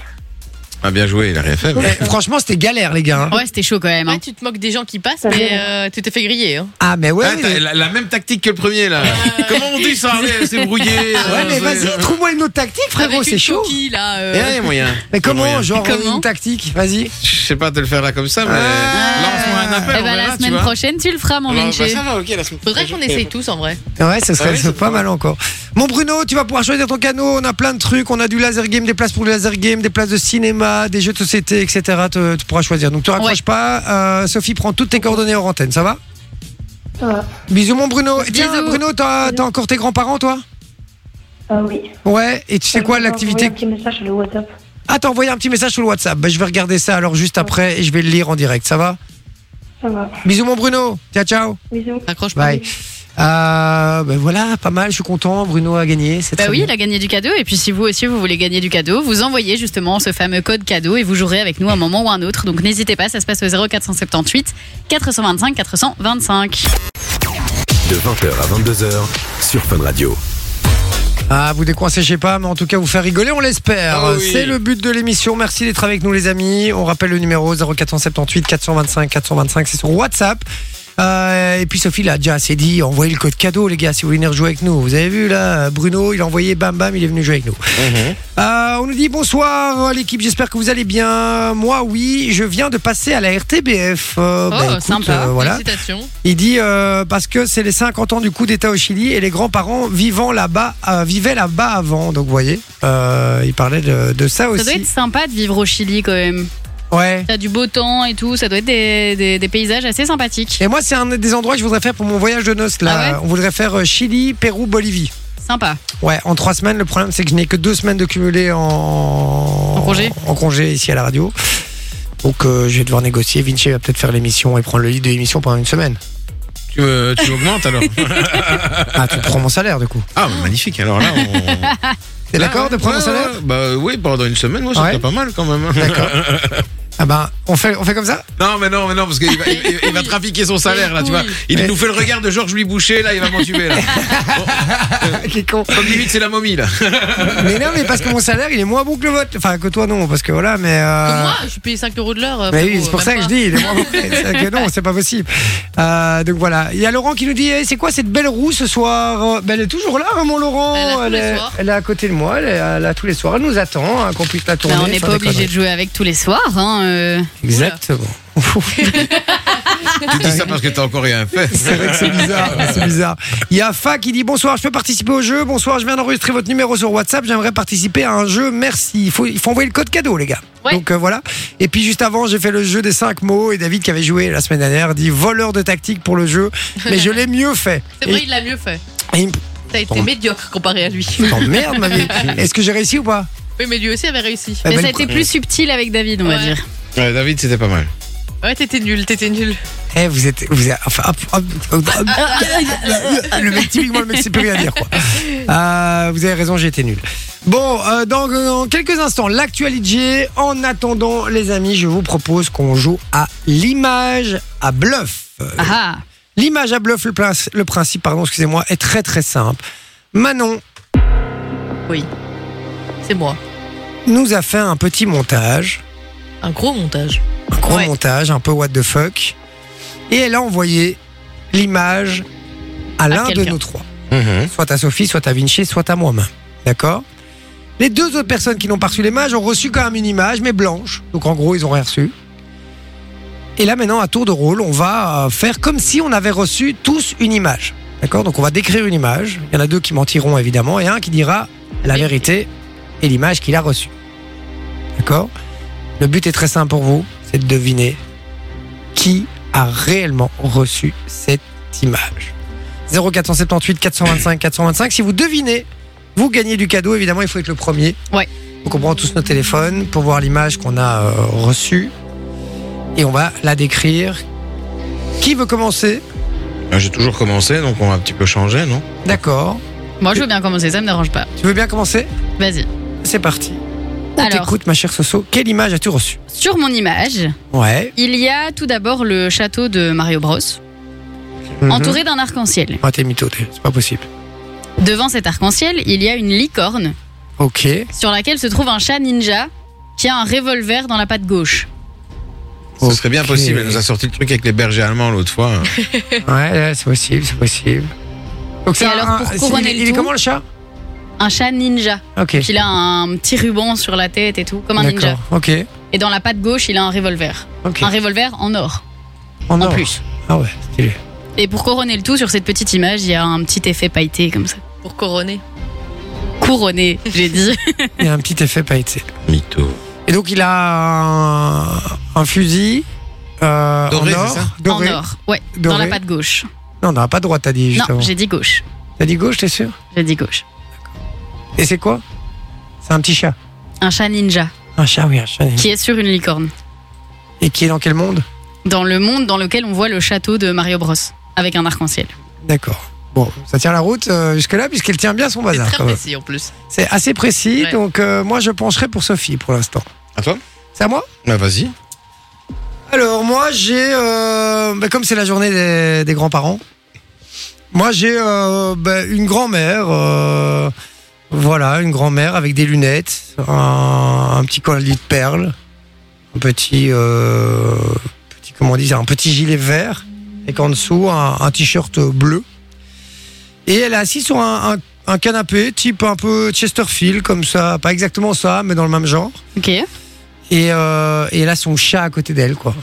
S3: Ah, bien joué, il a rien fait. mais-
S2: Eh, Franchement c'était galère les
S3: Ah.
S2: gars. hein.
S4: Ouais, c'était chaud quand même. hein.
S6: Ouais, tu te moques des gens qui passent,
S11: Ça
S6: mais
S11: fait-
S6: euh, tu t'es fait griller. Hein.
S2: Ah mais ouais,
S3: Ah, t'as
S2: mais...
S3: la, la même tactique que le premier là. Comment on dit ça allez, C'est brouillé.
S2: Ouais,
S3: euh,
S2: mais
S3: c'est-
S2: vas-y, trouve-moi une autre tactique frérot,
S4: Avec
S2: c'est
S4: une
S2: chaud.
S4: coquille, là. euh,
S3: Eh, Il y a moyen. Il y
S2: Mais
S3: a
S2: comment
S3: moyen.
S2: genre
S4: Comment
S2: une tactique, vas-y.
S3: Je sais pas te le faire là comme ça, mais.
S2: Ah.
S3: Lance-moi un appel.
S4: Eh
S3: on verra,
S4: ben, la
S3: tu
S4: semaine
S3: vois.
S4: prochaine, tu le feras, mon
S3: Non, bah,
S4: Vinci.
S3: ça va, ok, la semaine
S6: Faudrait
S3: prochaine,
S6: qu'on
S3: je fais-
S6: essaye tous en vrai.
S2: Ah Ouais, ce serait
S3: oui,
S2: c'est
S3: c'est
S2: pas
S3: vrai.
S2: mal encore. Bon Mon Bruno, tu vas pouvoir choisir ton canot. On a plein de trucs. On a du laser game, des places pour le laser game, des places de cinéma, des jeux de société, etc. Te- tu pourras choisir. Donc, te raccroche pas. Euh, Sophie prend toutes tes coordonnées hors antenne. Ça va
S10: Ça va.
S2: Bisous, mon Bruno. Et Tiens,
S10: Bisous.
S2: Bruno, t'as t'as encore tes grands-parents, toi
S10: Ah oui.
S2: Ouais. Et tu sais quoi,
S10: Je vais
S2: l'activité
S10: envoyer un petit message sur le WhatsApp.
S2: Ah, t'as envoyé un petit message sur le WhatsApp. Bah, je vais regarder ça alors juste après et je vais le lire en direct. Ça va
S10: Ça va.
S2: Bisous, mon Bruno. Ciao, ciao.
S10: Bisous.
S4: Accroche
S2: Bye. Euh, ben voilà, pas mal. Je suis content. Bruno a gagné. C'est
S4: Bah
S2: très
S4: oui,
S2: bien.
S4: il a gagné du cadeau. Et puis si vous aussi vous voulez gagner du cadeau, vous envoyez justement ce fameux code cadeau et vous jouerez avec nous un moment ou un autre. Donc n'hésitez pas, ça se passe au 0478 425 425.
S12: De 20h à 22h sur Fun Radio.
S2: Ah, vous décoincez, je sais pas, mais en tout cas, vous faire rigoler, on l'espère.
S12: Ah oui.
S2: C'est le but de l'émission. Merci d'être avec nous, les amis. On rappelle le numéro 0478 425 425. C'est sur WhatsApp. Euh, et puis Sophie l'a déjà assez dit, envoyez le code cadeau les gars si vous voulez venir jouer avec nous. Vous avez vu là, Bruno, il a envoyé bam bam, il est venu jouer avec nous.
S12: Mm-hmm.
S2: Euh, on nous dit bonsoir à l'équipe, j'espère que vous allez bien. Moi oui, je viens de passer à la RTBF.
S13: Oh,
S2: Euh, bah, écoute,
S13: sympa.
S2: euh, voilà.
S13: Félicitations.
S2: Il dit euh, parce que c'est les 50 ans du coup d'État au Chili et les grands-parents vivant là-bas euh, vivaient là-bas avant. Donc vous voyez, euh, il parlait de, de ça
S4: Ça doit
S2: aussi.
S4: être sympa de vivre au Chili quand même.
S2: Ouais.
S4: T'as du beau temps et tout, ça doit être des, des- des paysages assez sympathiques.
S2: Et moi, c'est un des endroits que je voudrais faire pour mon voyage de noces. Là, on voudrait faire euh, Chili, Pérou, Bolivie.
S4: Sympa.
S2: Ouais, en trois semaines. Le problème, c'est que je n'ai que deux semaines de cumulé en, en
S4: congé.
S2: En congé ici à la radio. Donc, euh, je vais devoir négocier. Vinci va peut-être faire l'émission et prendre le lead de l'émission pendant une semaine.
S3: Tu, me- tu augmentes alors
S2: Ah, tu prends mon salaire du coup.
S3: Ah, bah, magnifique. Alors là, on.
S2: T'es
S3: Ah
S2: d'accord de prendre mon salaire
S3: Bah oui, pendant une semaine, moi,
S2: Ouais.
S3: c'était pas mal quand même. hein.
S2: D'accord. Ah ben, on fait, on fait comme ça
S3: Non, mais non, mais non, parce qu'il va, il- il- il va trafiquer son salaire, là, tu vois. Il nous fait le regard de Georges Louis Boucher, là, il va m'en tuer, là.
S2: Quel con.
S3: Comme limite, c'est la momie, là.
S2: Mais non, mais parce que mon salaire, il est moins bon que le vôtre. Enfin, que toi, non, parce que voilà, mais. euh,
S6: Comme moi, je suis payé 5 euros de l'heure. euh,
S2: Mais oui,
S6: frérot,
S2: c'est pour
S6: même
S2: ça que
S6: pas.
S2: je dis, il est moins bon. C'est vrai que non, c'est pas possible. Euh, donc voilà. Il y a Laurent qui nous dit Eh, c'est quoi cette belle roue ce soir Euh, ben, Elle est toujours là, hein, mon Laurent.
S4: Elle est là tous
S2: elle,
S4: les
S2: est,
S4: soirs.
S2: elle est à côté de moi, elle est euh, là tous les soirs. Elle nous attend hein, qu'on puisse la tourner.
S4: Bah, on n'est
S2: faire des
S4: pas obligé
S2: conneries.
S4: de jouer avec tous les soirs. Hein, euh.
S2: Exactement.
S3: Tu dis ça parce que t'as encore rien fait.
S2: C'est vrai que c'est bizarre, c'est bizarre. Il y a Fa qui dit bonsoir, je peux participer au jeu. Bonsoir, je viens d'enregistrer votre numéro sur WhatsApp. J'aimerais participer à un jeu. Merci. Il faut, il faut envoyer le code cadeau, les gars. Donc euh, voilà. Et puis juste avant, j'ai fait le jeu des 5 mots et David qui avait joué la semaine dernière dit voleur de tactique pour le jeu. Mais je l'ai mieux fait.
S6: C'est vrai, il l'a mieux fait.
S2: Et- et il me-
S6: T'as été
S2: Attends.
S6: médiocre comparé à lui.
S2: T'emmerdes, ma vie. Est-ce que j'ai réussi ou pas
S6: Oui, mais lui aussi avait réussi.
S2: Eh Mais ben, ça a le- été plus
S4: subtil avec David,
S6: on
S4: va dire.
S3: Ouais, David, c'était pas mal.
S6: Ouais, t'étais nul, t'étais nul.
S2: Eh, vous êtes. Vous êtes enfin, hop, hop, hop, hop. le mec, typiquement, le mec, c'est plus rien dire, quoi. Euh, vous avez raison, j'ai été nul. Bon, euh, dans, dans quelques instants, l'actualité. En attendant, les amis, je vous propose qu'on joue à l'image à bluff. Euh,
S4: Ah,
S2: L'image à bluff, le, princ- le principe, pardon, excusez-moi, est très très simple. Manon.
S6: Oui, c'est moi.
S2: Nous a fait un petit montage,
S6: Un gros montage.
S2: un gros montage, un peu what the fuck. Et elle a envoyé l'image à,
S6: À
S2: l'un de
S6: quelqu'un.
S2: nous trois. Soit à Sophie, soit à Vinci, soit à moi-même. D'accord Les deux autres personnes qui n'ont pas reçu l'image ont reçu quand même une image, mais blanche. Donc en gros, ils ont rien reçu. Et là maintenant, à tour de rôle, on va euh, faire comme si on avait reçu tous une image. D'accord Donc on va décrire une image. Il y en a deux qui mentiront évidemment et un qui dira la vérité et l'image qu'il a reçue. D'accord Le but est très simple pour vous, c'est de deviner qui a réellement reçu cette image. 0478 425 425. Si vous devinez, vous gagnez du cadeau. Évidemment, il faut être le premier.
S4: Ouais.
S2: Donc on prend tous nos téléphones pour voir l'image qu'on a euh, reçue et on va la décrire. Qui veut commencer
S3: Ah, J'ai toujours commencé, donc on va un petit peu changer, non
S2: D'accord.
S4: moi je veux bien commencer, ça me dérange pas.
S2: Tu veux bien commencer
S4: Vas-y.
S2: C'est parti. On
S4: Alors.
S2: t'écoute, ma chère Soso. Quelle image as-tu reçue
S4: Sur mon image,
S2: Ouais.
S4: il y a tout d'abord le château de Mario Bros,
S2: Mhm.
S4: entouré d'un arc-en-ciel.
S2: Ah, t'es mythoté, c'est pas possible.
S4: Devant cet arc-en-ciel, il y a une licorne
S2: Ok.
S4: sur laquelle se trouve un chat ninja qui a un revolver dans la patte gauche.
S3: Ce serait bien possible. Elle nous a sorti le truc avec les bergers allemands l'autre fois. hein.
S2: Ouais, ouais, c'est possible, c'est possible. Donc
S4: Et
S2: c'est un-
S4: alors, pour
S2: un- il
S4: couronner
S2: est-
S4: le
S2: il est
S4: tout-
S2: comment le chat
S4: Un chat ninja.
S2: Ok.
S4: Il a un petit ruban sur la tête et tout, comme un ninja.
S2: D'accord. Ok.
S4: Et dans la patte gauche, il a un revolver.
S2: Ok.
S4: Un revolver en or.
S2: En, or.
S4: plus.
S2: Ah ouais, stylé.
S4: Et pour couronner le tout, sur cette petite image, il y a un petit effet pailleté comme ça.
S6: Pour couronner.
S4: couronné, j'ai dit.
S2: Il y a un petit effet pailleté.
S3: Mytho.
S2: Et donc il a un, un fusil euh,
S4: Doré,
S2: en or.
S4: c'est ça
S2: doré.
S4: En or, ouais. Dans
S2: Doré.
S4: la patte gauche.
S2: Non, non, pas droite, t'as dit juste
S4: Non,
S2: avant.
S4: j'ai dit gauche.
S2: T'as dit gauche, t'es sûr
S4: J'ai dit gauche.
S2: Et c'est quoi C'est un petit chat.
S4: Un chat ninja
S2: Un chat, oui, un chat.
S4: qui est sur une licorne.
S2: Et qui est dans quel monde
S4: Dans le monde dans lequel on voit le château de Mario Bros. Avec un arc-en-ciel.
S2: D'accord. Bon, ça tient la route euh, jusque-là, puisqu'elle tient bien son bazar. quand même.
S6: précis en plus.
S2: C'est assez précis,
S6: Ouais.
S2: donc euh, moi je pencherai pour Sophie pour l'instant.
S3: À toi
S2: C'est à moi
S3: Bah vas-y.
S2: Alors moi j'ai, euh, bah, comme c'est la journée des, des grands-parents, moi j'ai euh, bah, une grand-mère, euh, voilà, une grand-mère avec des lunettes, un, un petit collier de perles, un petit, euh, petit comment on dit, ça, un petit gilet vert et qu'en dessous un, un t-shirt bleu. Et elle est assise sur un, un- un canapé type un peu Chesterfield comme ça, pas exactement ça, mais dans le même genre.
S4: Ok.
S2: Et, euh, et elle a son chat à côté d'elle, quoi.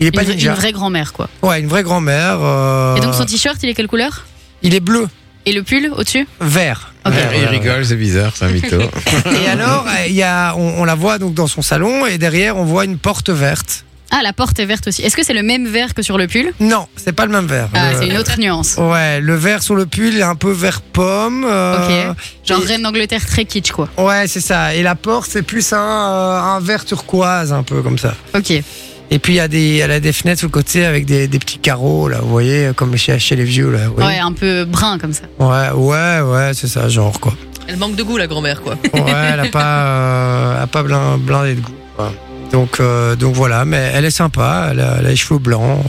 S2: Il est pas
S4: une,
S2: ninja.
S4: une vraie grand-mère, quoi.
S2: Ouais, une vraie grand-mère. euh,
S4: Et donc son t-shirt, il est quelle couleur
S2: Il est bleu,
S4: Et le pull au-dessus
S2: vert.
S3: Ouais, Il rigole, c'est bizarre, c'est un mytho.
S2: Et alors, euh, il y a, on, on la voit donc dans son salon et derrière on voit une porte verte.
S4: Ah, la porte est verte aussi. Est-ce que c'est le même vert que sur le pull
S2: Non, c'est pas le même vert.
S4: Ah,
S2: Le-
S4: c'est une autre nuance.
S2: Ouais, le vert sur le pull est un peu vert pomme. euh,
S4: ok. Genre Reine d'Angleterre très kitsch, quoi.
S2: Ouais, c'est ça. Et la porte, c'est plus un, euh, un vert turquoise, un peu comme ça.
S4: Ok.
S2: Et puis il y a des, elle a des fenêtres sur le côté avec des, des petits carreaux, là, vous voyez, comme chez, chez les vieux, là. vous voyez.
S4: Ouais, un peu brun comme ça.
S2: Ouais, ouais, ouais, c'est ça, genre quoi.
S6: Elle manque de goût, la grand-mère, quoi.
S2: Ouais, elle a pas, euh, elle a pas blin- blindé de goût. quoi. Donc, euh, donc voilà, mais elle est sympa, elle a, elle a les cheveux blancs.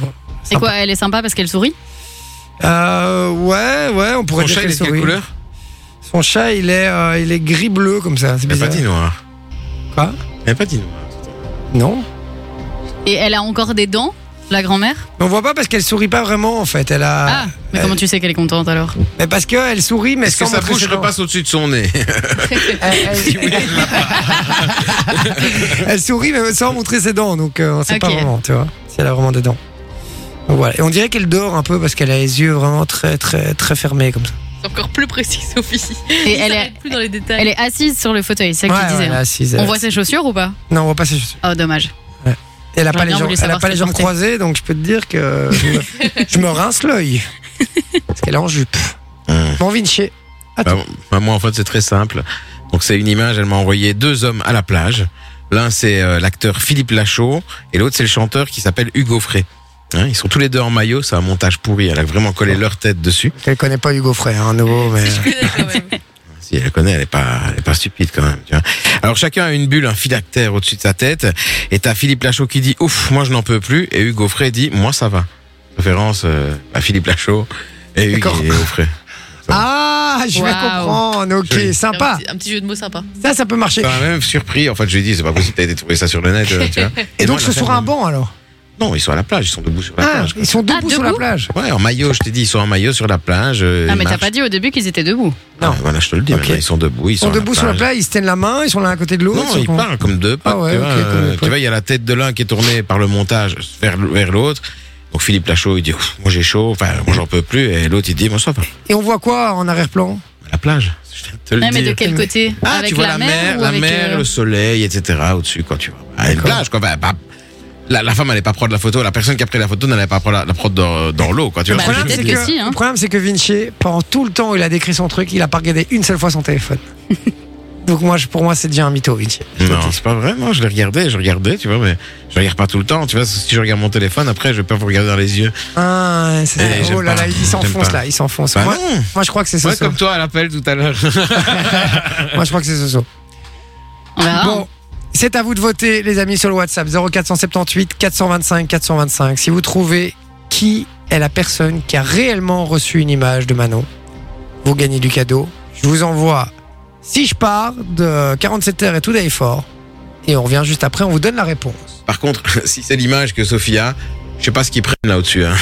S4: C'est quoi Elle est sympa parce qu'elle sourit
S2: Euh, ouais, ouais, on pourrait
S3: Son
S2: dire
S3: chat, il
S2: qu'elle
S3: est de quelle
S2: sourit.
S3: couleur
S2: Son chat, il est, euh, il est gris-bleu comme ça, c'est
S3: Il a
S2: bizarre.
S3: pas dit noir.
S2: Quoi
S3: Il a pas dit noir.
S2: Non.
S4: Et elle a encore des dents, la grand-mère
S2: Mais on voit pas parce qu'elle sourit pas vraiment en fait. Elle a.
S4: Ah, mais comment tu sais qu'elle est contente alors
S2: Mais parce qu'elle sourit, mais
S3: Est-ce que
S2: sans
S3: sa
S2: montrer
S3: bouche
S2: ses dents.
S3: repasse au-dessus de son nez
S2: Elle, elle- elle sourit, mais sans montrer ses dents, donc euh, on sait pas
S4: Ok.
S2: vraiment, tu vois, si elle a vraiment des dents. Donc voilà. Et on dirait qu'elle dort un peu parce qu'elle a les yeux vraiment très, très, très fermés comme ça.
S6: C'est encore plus précis, Sophie.
S4: Et
S6: Il
S4: elle est,
S6: s'arrête plus dans les détails.
S4: elle est assise sur le fauteuil, c'est ça
S2: Ouais,
S4: que tu
S2: ouais,
S4: disais.
S2: elle est
S4: hein.
S2: assise, elle
S4: On
S2: est
S4: voit ses chaussures ou pas
S2: Non, on va pas ses chaussures.
S4: Oh, dommage.
S2: Et elle a
S4: J'aurais
S2: pas les
S4: bien
S2: jambes,
S4: voulu
S2: elle a
S4: savoir
S2: pas les
S4: ce qu'elle
S2: jambes
S4: portait.
S2: croisées, donc je peux te dire que je me, je me rince l'œil. Parce qu'elle est en jupe.
S3: Hum.
S2: Bon, Vinci.
S3: Bah, bah, moi, en fait, c'est très simple. Donc, c'est une image. Elle m'a envoyé deux hommes à la plage. L'un, c'est euh, l'acteur Philippe Lachaud et l'autre, c'est le chanteur qui s'appelle Hugo Frey. Hein, ils sont tous les deux en maillot. C'est un montage pourri. Elle a vraiment collé leur tête dessus.
S2: Elle connaît pas Hugo Frey, hein, nouveau, mais.
S3: Si elle la connaît, elle est pas, elle est pas stupide quand même. Tu vois. Alors chacun a une bulle, un phylactère au-dessus de sa tête. Et t'as Philippe Lachaud qui dit ouf, moi je n'en peux plus. Et Hugo Frey dit moi ça va. Référence euh, à Philippe Lachaud et Hugo
S2: D'accord.
S3: et Hugo Frey.
S2: Ah, je vais
S6: Waouh.
S2: comprendre, ok,
S3: Joli.
S2: sympa.
S6: Un petit, un petit jeu de mots sympa.
S2: Ça, ça peut marcher.
S3: Enfin, même surpris. En fait, je lui ai dit c'est pas possible. T'as été trouver ça sur le net. euh, tu vois.
S2: Et
S3: non,
S2: donc,
S3: elle
S2: ce
S3: a fait
S2: sera un banc alors
S3: Non, ils sont à la plage, ils sont debout sur la
S2: Ah,
S3: plage. quoi.
S2: ils sont debout sur la
S4: debout
S2: plage.
S3: Ouais, en maillot, je t'ai dit, ils sont en maillot sur la plage. euh,
S4: Ah,
S3: ils
S4: mais t'as
S3: marchent.
S4: pas dit au début qu'ils étaient debout.
S2: Non.
S3: Ouais, voilà, je te le dis,
S2: Ok.
S3: maintenant, ils sont debout, ils
S2: Ils
S3: sont,
S2: sont
S3: à
S2: debout sur la plage, ils se tiennent la main, ils sont l'un à côté de l'autre.
S3: Non,
S2: ils
S3: ils
S2: sont-
S3: parlent comme deux potes.
S2: Ah ouais,
S3: tu, vois,
S2: ok, comme
S3: euh,
S2: deux
S3: tu
S2: potes.
S3: vois, il y a la tête de l'un qui est tournée par le montage vers, vers l'autre. Donc Philippe Lachaud, il dit, Ouf, moi j'ai chaud, enfin, moi j'en peux plus. Et l'autre, il dit, moi ça va.
S2: Et on voit quoi en arrière-plan
S3: À la plage, je viens de te le
S4: Ah, mais de
S3: dire.
S4: quel côté
S3: Ah,
S4: Avec
S3: tu vois
S4: la, mer, ou
S3: la
S4: avec,
S3: mer,
S4: euh,
S3: le soleil, etc. Au-dessus, quoi, tu vois. Ah, une plage, quoi. Bah, bah, la, la femme, elle est pas prendre la photo. La personne qui a pris la photo n'allait pas prendre la, la prendre dans, dans l'eau, quoi. Tu vois
S4: Bah,
S3: ce que je veux
S4: peut-être
S3: dire
S4: que si, hein.
S2: Le problème, c'est que Vinci, pendant tout le temps où il a décrit son truc, il a pas regardé une seule fois son téléphone. Donc moi, je- pour moi, c'est déjà un mytho, Vinci.
S3: Non, c'est pas vrai. Non, je l'ai regardé, je regardais, tu vois, mais je regarde pas tout le temps. Tu vois, si je regarde mon téléphone, après, je vais pas vous regarder dans les yeux.
S2: Ah, c'est ça.
S3: Eh, j'aime
S2: Oh là
S3: pas.
S2: là, il
S3: J'aime
S2: s'enfonce
S3: pas.
S2: là, il s'enfonce.
S3: Bah
S2: moi,
S3: non.
S2: moi, je crois que c'est
S3: Ouais,
S2: Soso.
S3: comme toi à l'appel tout à l'heure.
S2: Moi, je crois que c'est Soso.
S4: on verra.
S2: Bon, c'est à vous de voter, les amis, sur le WhatsApp 0478 425 425. Si vous trouvez qui est la personne qui a réellement reçu une image de Manon, vous gagnez du cadeau. Je vous envoie si je pars de 47 heures et tout d'effort. Et on revient juste après, on vous donne la réponse.
S3: Par contre, si c'est l'image que Sophie a, je sais pas ce qu'ils prennent là au-dessus. hein.